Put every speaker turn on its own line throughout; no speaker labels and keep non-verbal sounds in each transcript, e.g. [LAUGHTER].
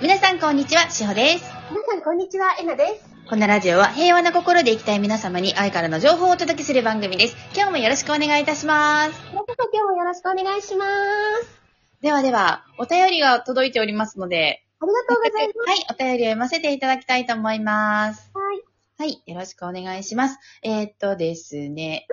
皆さんこんにちは、しほです。
皆さん、こんにちは。えなです。
このラジオは平和な心で生きたい皆様に愛からの情報をお届けする番組です。今日もよろしくお願いいたします。
皆さん、今日もよろしくお願いします。
ではでは、お便りが届いておりますので、
ありがとうございま
はい、お便りを読ませていただきたいと思います。
す。はい。
はい、よろしくお願いします。えーっとですね、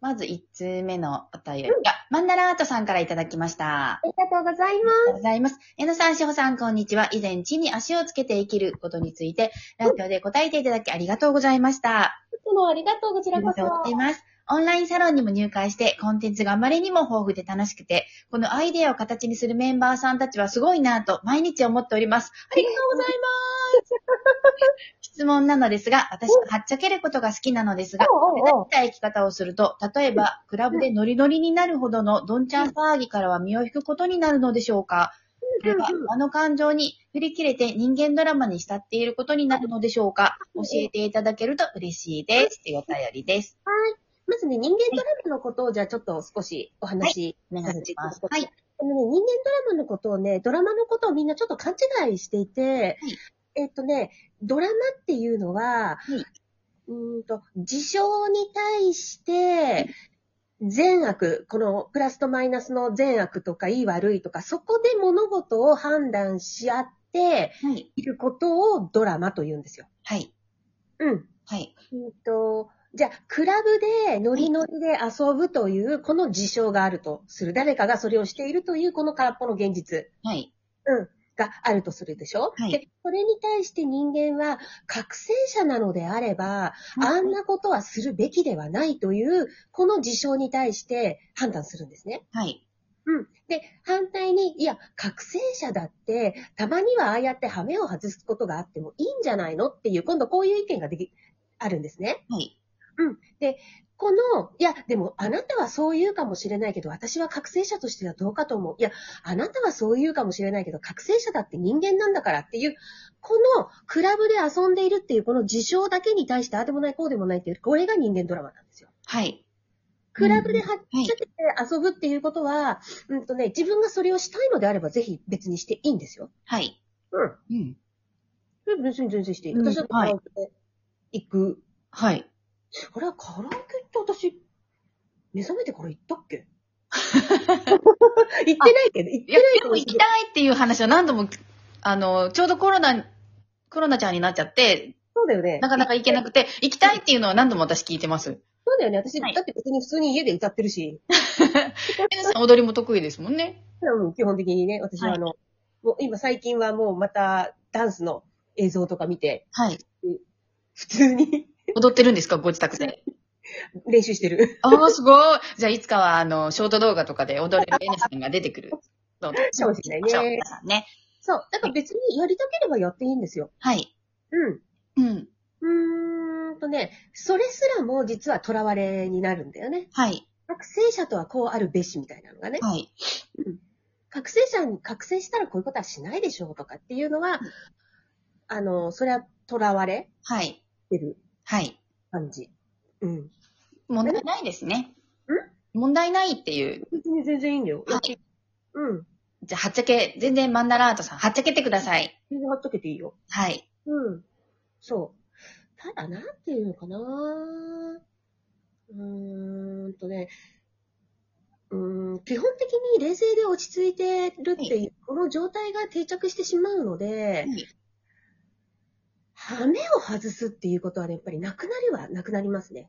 まず1通目のお便りが、マンダラアートさんからいただきました。
ありがとうございま
ありがとうございます。えのさん、しほさん、こんにちは。以前、地に足をつけて生きることについて、ラジオで答えていただきありがとうございました。
す。いつもありがとう、こち
あ
ら
り
こ
がと
そ。
うございます。オンラインサロンにも入会して、コンテンツがあまりにも豊富で楽しくて、このアイデアを形にするメンバーさんたちはすごいなぁと毎日思っております。ありがとうござい
[LAUGHS]
ます。質問なのですが、私ははっちゃけることが好きなのですが、目立
おうおうおう
った生き方をすると、例えば、クラブでノリノリになるほどのどんちゃん騒ぎからは身を引くことになるのでしょうかそれは
うんうん、
あの感情に振り切れて人間ドラマに浸っていることになるのでしょうか教えていただけると嬉しいです。というお便りです。
まずね、人間ドラマのことを、じゃあちょっと少しお話。
お願いします。はい。
あのね、人間ドラマのことをね、ドラマのことをみんなちょっと勘違いしていて、えっとね、ドラマっていうのは、
いう
ーんと、事象に対して、善悪、このプラスとマイナスの善悪とか良い悪いとか、そこで物事を判断し合って
はい。
いることをドラマと言うんですよ。
はい。
うん。
はい。
うんと、じゃあ、クラブでノリノリで遊ぶという、この事象があるとする。誰かがそれをしているという、この空っぽの現実
はい。
があるとするでしょ、
はい
で、それに対して人間は、覚醒者なのであれば、あんなことはするべきではないという、この事象に対して判断するんですね。
はい。
うん。で、反対に、いや、覚醒者だって、たまにはああやって羽目を外すことがあってもいいんじゃないのっていう、今度こういう意見ができ、あるんですね。
はい。
この、いや、でも、あなたはそう言うかもしれないけど、私は覚醒者としてはどうかと思う。いや、あなたはそう言うかもしれないけど、覚醒者だって人間なんだからっていう、この、クラブで遊んでいるっていう、この事象だけに対して、ああでもない、こうでもないっていう、これが人間ドラマなんですよ。
はい。
クラブではっ
はい
ちゃけて遊ぶっていうことは、うんとね、自分がそれをしたいのであれば、ぜひ別にしていいんですよ。
はい。
うん。
うん。
別に全然していい。
うん
私だってカラオケ行く。
はい。
あれ、カラオケって私、目覚めてから行ったっ [LAUGHS] け行ってないけど、行っ
い
て
や
な、い
で
け
も
ど。
行きたいっていう話を何度も、あの、ちょうどコロナ、コロナちゃんになっちゃって、
そうだよね
な。かなか行けなくて、行きたいっていうのは何度も私聞いてます。
そうだよね。私、
はい
だって別に普通に家で歌ってるし。
皆さん踊りも得意ですもんね。
うん基本的にね、私はあの、もう今最近はもうまたダンスの映像とか見て、
はい。
普通に
踊ってるんですかご自宅 [LAUGHS] で。
練習してる。
ああ、すごい。じゃあ、いつかは、あの、ショート動画とかで踊れるエナさんが出てくる。そうです
かもしれないね
皆さんね。
そう。だから別にやりたければやっていいんですよ。
はい。
うん。
うん。
うーんとね、それすらも実は囚われになるんだよね。
はい。
覚醒者とはこうあるべしみたいなのがね。
はい。
覚醒者に覚醒したらこういうことはしないでしょうとかっていうのは、あの、それは囚われ
はい。
てる
はい。
感じ。うん。
問題ないですね。問題ないっていう。
別に全然いいんだよ。
は
うん。
じゃあ、はっちゃけ、全然マンダラアートさん、はっちゃけてください。
全然ほっとけていいよ。
はい。
うん。そう。ただ、なんていうのかなうーんとね、うーん基本的に冷静で落ち着いてるっていう、この状態が定着してしまうので、羽目を外すっていうことはね、やっぱりなくなりはなくなりますね。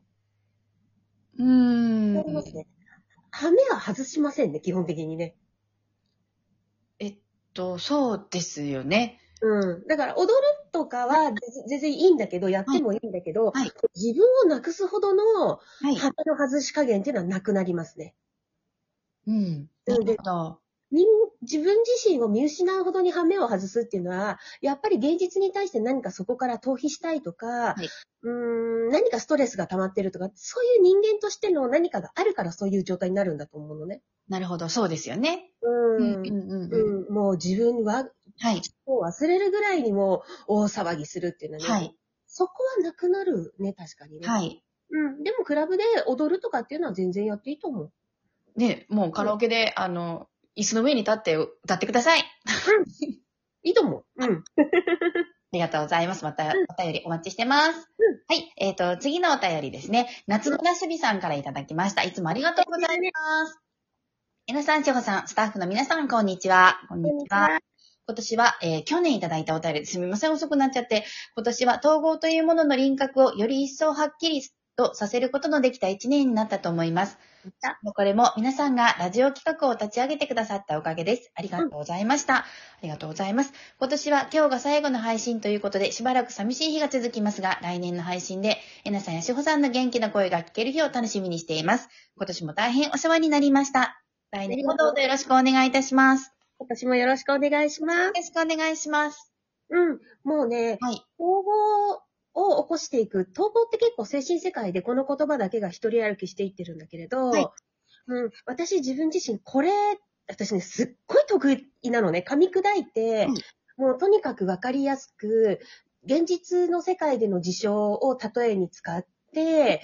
うーん
な。りますね。羽目は外しませんね、基本的にね。
えっと、そうですよね。
うん。だから、踊るとかは全全然いいんだけど、やってもいいんだけど、
はい
自分をなくすほどの
はい。
羽目の外し加減っていうのはなくなりますね。
うん。なるほど。
人自分自身を見失うほどに羽目を外すっていうのは、やっぱり現実に対して何かそこから逃避したいとか、
いう
ーん何かストレスが溜まってるとか、そういう人間としての何かがあるからそういう状態になるんだと思うのね。
なるほど、そうですよね。
う。
うんんうんうん。
うん、もう自分は、
はい。
もう忘れるぐらいにも大騒ぎするっていうのはね、
はい。
そこはなくなるね、確かにね。
はい。
うん。でもクラブで踊るとかっていうのは全然やっていいと思う。
ね、もうカラオケで、あの、椅子の上に立って歌ってください。
いいと思う。うん。
ありがとうございます。また、お便りお待ちしてます。
う
は
ん
い。えっ、と、次のお便りですね。夏のなすびさんからいただきました。いつもありがとうございます。皆さん、千穂さん、スタッフの皆さん、こんにちは。こんにちは。今年は、えー去年いただいたお便りですみません、遅くなっちゃって。今年は統合というものの輪郭をより一層はっきりとさせることのできた一年になったと思います。もうこれも皆さんがラジオ企画を立ち上げてくださったおかげです。ありがとうございました。ありがとうございます。今年は今日が最後の配信ということで、しばらく寂しい日が続きますが、来年の配信で、えなさんやしほさんの元気な声が聞ける日を楽しみにしています。今年も大変お世話になりました。来年もどうぞよろしくお願いいたします。
今年もよろしくお願いします
よ。ろしくお願いします。
うん。もうね、
はい。
統合を起こしていく。統合って結構精神世界でこの言葉だけが一人歩きしていってるんだけれど、
はい
うん、私自分自身これ、私ね、すっごい得意なのね。噛み砕いて、
うん
もうとにかくわかりやすく、現実の世界での事象を例えに使って、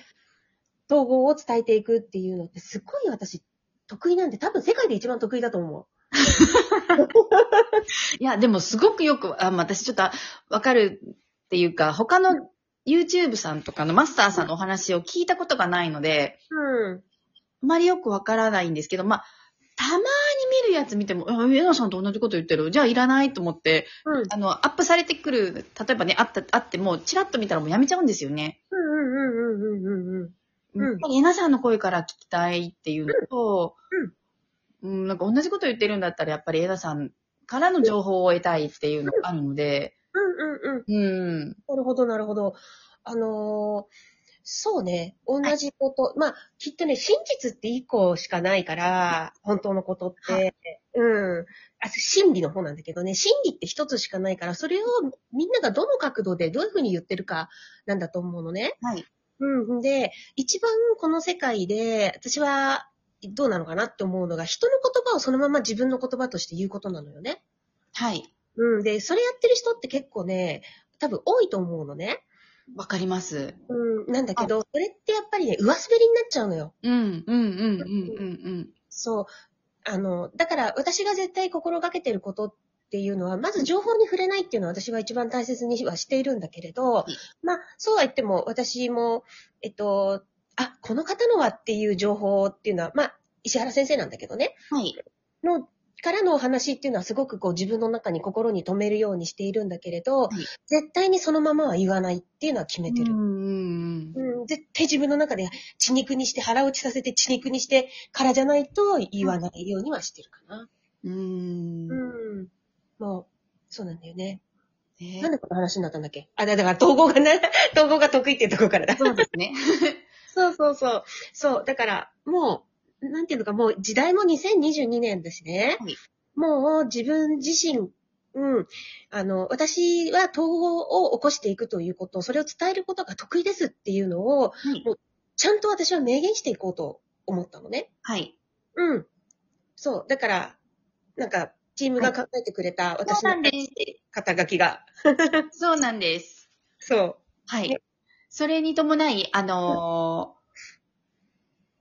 統合を伝えていくっていうのってすっごい私得意なんで、多分世界で一番得意だと思う。
いや、でもすごくよく、あまあ私ちょっとわかるっていうか、他の YouTube さんとかのマスターさんのお話を聞いたことがないので、
うん。
あまりよくわからないんですけど、まあ、たまに見るやつ見ても、あえなさんと同じこと言ってる。じゃあいらないと思って、
うん。
あの、アップされてくる、例えばね、あった、あっても、チラッと見たらもうやめちゃうんですよね。
うんうんうんうんうんうん。うん
やっぱりえなさんの声から聞きたいっていうのと、うん、なんか同じこと言ってるんだったら、やっぱりえなさんからの情報を得たいっていうのがあるので、
うんうんうん。
うん。
なるほど、なるほど。あのーそうね、同じこと。まあ、きっとね、真実って一個しかないから、本当のことって。
は
うん。あ、真理の方なんだけどね、真理って一つしかないから、それをみんながどの角度でどういうふうに言ってるかなんだと思うのね。
はい。
うん。で、一番この世界で、私は、どうなのかなって思うのが、人の言葉をそのまま自分の言葉として言うことなのよね。
はい。
うん。で、それやってる人って結構ね、多分多いと思うのね。
わかります。
うん、なんだけど、それってやっぱりね、上滑りになっちゃうのよ。
うん、うん、うん、うん、うん、
そう。あの、だから私が絶対心がけてることっていうのは、まず情報に触れないっていうのは私は一番大切にはしているんだけれど
い、
まあ、そうは言っても私も、えっと、あ、この方のはっていう情報っていうのは、まあ、石原先生なんだけどね、
うん。はい。
の、からのお話っていうのはすごくこう自分の中に心に留めるようにしているんだけれど、
い
絶対にそのままは言わないっていうのは決めてる。
うん、うん、
うん、絶対自分の中で血肉にして腹落ちさせて血肉にしてからじゃないと言わないようにはしてるかな。
うん。うん。
ん。もう、そうなんだよね。
ね
なんでこの話になったんだっけあ、だだから統合がね、統合が得意っていうところからだ。
そうですね。
そうそうそう。そう、だからもう、なんていうのか、もう時代も2022年だしね。
はい
もう自分自身、うん。あの、私は統合を起こしていくということ、それを伝えることが得意ですっていうのを、
はい。
ちゃんと私は明言していこうと思ったのね。
はい。
うん。そう。だから、なんか、チームが考えてくれた私の
です。
肩書きが。
そうなんです。
そう。
はい
ね。
それに伴い、あの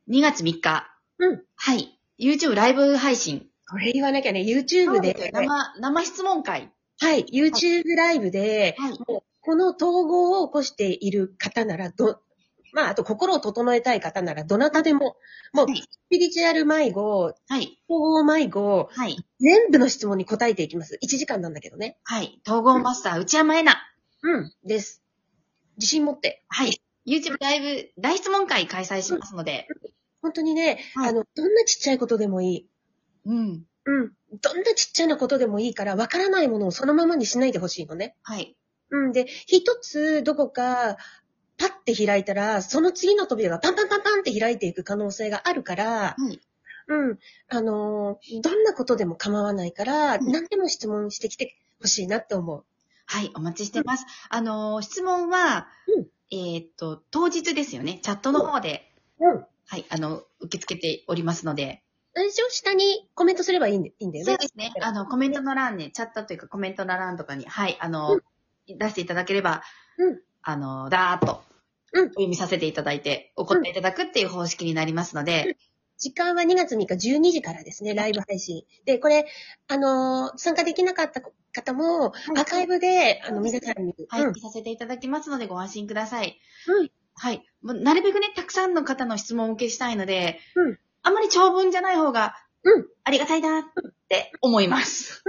ー、2月3日。
うん。
はい。YouTube ライブ配信。
これ言わなきゃね、YouTube で、
生、生質問会。
はい、YouTube ライブで、
はい。
この統合を起こしている方なら、ど、まあ、あと心を整えたい方なら、どなたでも、もう
はい、
スピリチュアル迷子、
はい。
統合迷子、
はい。
全部の質問に答えていきます。1時間なんだけどね。
はい。統合マスター、内山えな。
うん。です。自信持って。
はい。YouTube ライブ大質問会開催しますので。
本当にね、
はい
あの、どんなちっちゃいことでもいい。
うん。
うん。どんなちっちゃなことでもいいから、わからないものをそのままにしないでほしいのね。
はい。
うん。で、一つどこか、パッて開いたら、その次の扉がパンパンパンパンって開いていく可能性があるか
は
ら、
い。
うん。あのーどんなことでも構わないから、
うん
何でも質問してきてほしいなって思う。
はい、お待ちしてます。あのー質問は、
うん
えーっと、当日ですよね。チャットの方で、
うん。
はい、あの、受け付けておりますので。
一応下にコメントすればいいんいいんだよ
そう
ね
で。すね。あの、コメントの欄ね、チャットというかコメントの欄とかに、はい、あのー出していただければ、
うん
あのー、だーっと、
う
お
ん
読みさせていただいて、お答えいただくっていう方式になりますので、
時間は2月3日12時からですね、ライブ配信。で、これ、あのー参加できなかった方も、アーカイブで、あの、皆さんに、
はい、
うん
させていただきますのでご安心ください。
はい。
はい。もうなるべくね、たくさんの方の質問をお受けしたいので、
うん
あんまり長文じゃない方が、
うん
ありがたいなって思います。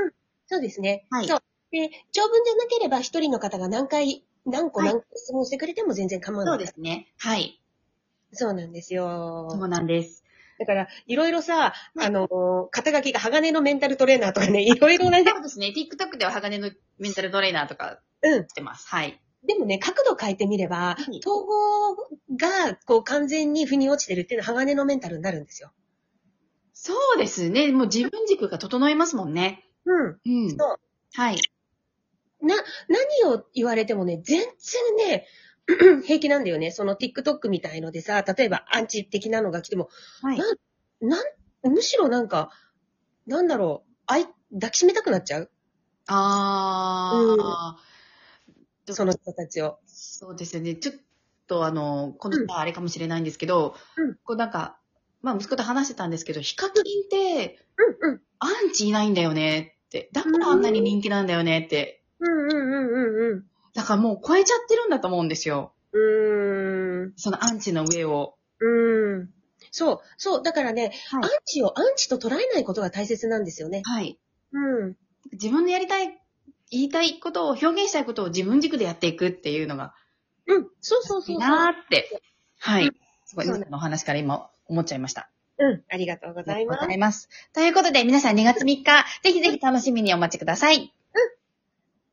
そうですね。
はい
そう。で、長文でなければ一人の方が何回、何個
はい
何個質問してくれても全然構わない。
そうですね。はい。
そうなんです
そ
よ
う。なんです。
だから、いろいろさ、
はい
あの、肩書きが鋼のメンタルトレーナーと
[LAUGHS]
かね、いろいろなね、
そうですね。TikTok では鋼のメンタルトレーナーとか
うん。
してます。はい。
でもね、角度変えてみれば、
い
統合が、こう、完全に腑に落ちてるっていうのは鋼のメンタルになるんですよ。
そうですね。もう自分軸が整いますもんね。
うん。
うん。
そう
はい。
何を言われてもね、全然ね、 [CLEARS THROAT] 平気なんだよね。その TikTok みたいのでさ、例えばアンチ的なのが来ても、
はい。
ななん、むしろなんか、なんだろう、あい、抱きしめたくなっちゃう
あー。
その人たちを。
そうですよね。ちょっとあの、この方はあれかもしれないんですけど、
うん
こうなんか、まあ息子と話してたんですけど、ヒカキンって
うんうん。
アンチいないんだよねって。だからあんなに人気なんだよねって。
うんうんうんうんうん。
だからもう超えちゃってるんだと思うんですよ。
うーん。
そのアンチの上を。
うーん。そう、そう。だからね、
はい
アンチをアンチと捉えないことが大切なんですよね。
はい。
うん。
自分のやりたい、言いたいことを表現したいことを自分軸でやっていくっていうのが
うん。そうそう
い
そ
いう
そう。
なーって。はい。すごい、
そう
今
ね
のお話から今思っちゃいました。
うん。ありがとうございます。
います。ということで皆さん2月3日、ぜひぜひ楽しみにお待ちください。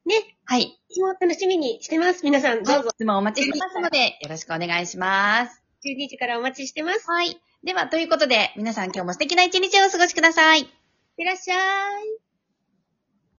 ね。
はい。
質問楽しみにしてます。皆さん、どうぞ。
質問お待ちしてますので、よろしくお願いします。
12時からお待ちしてます。
はい。では、ということで、皆さん今日も素敵な一日をお過ごしください。
いってらっしゃい。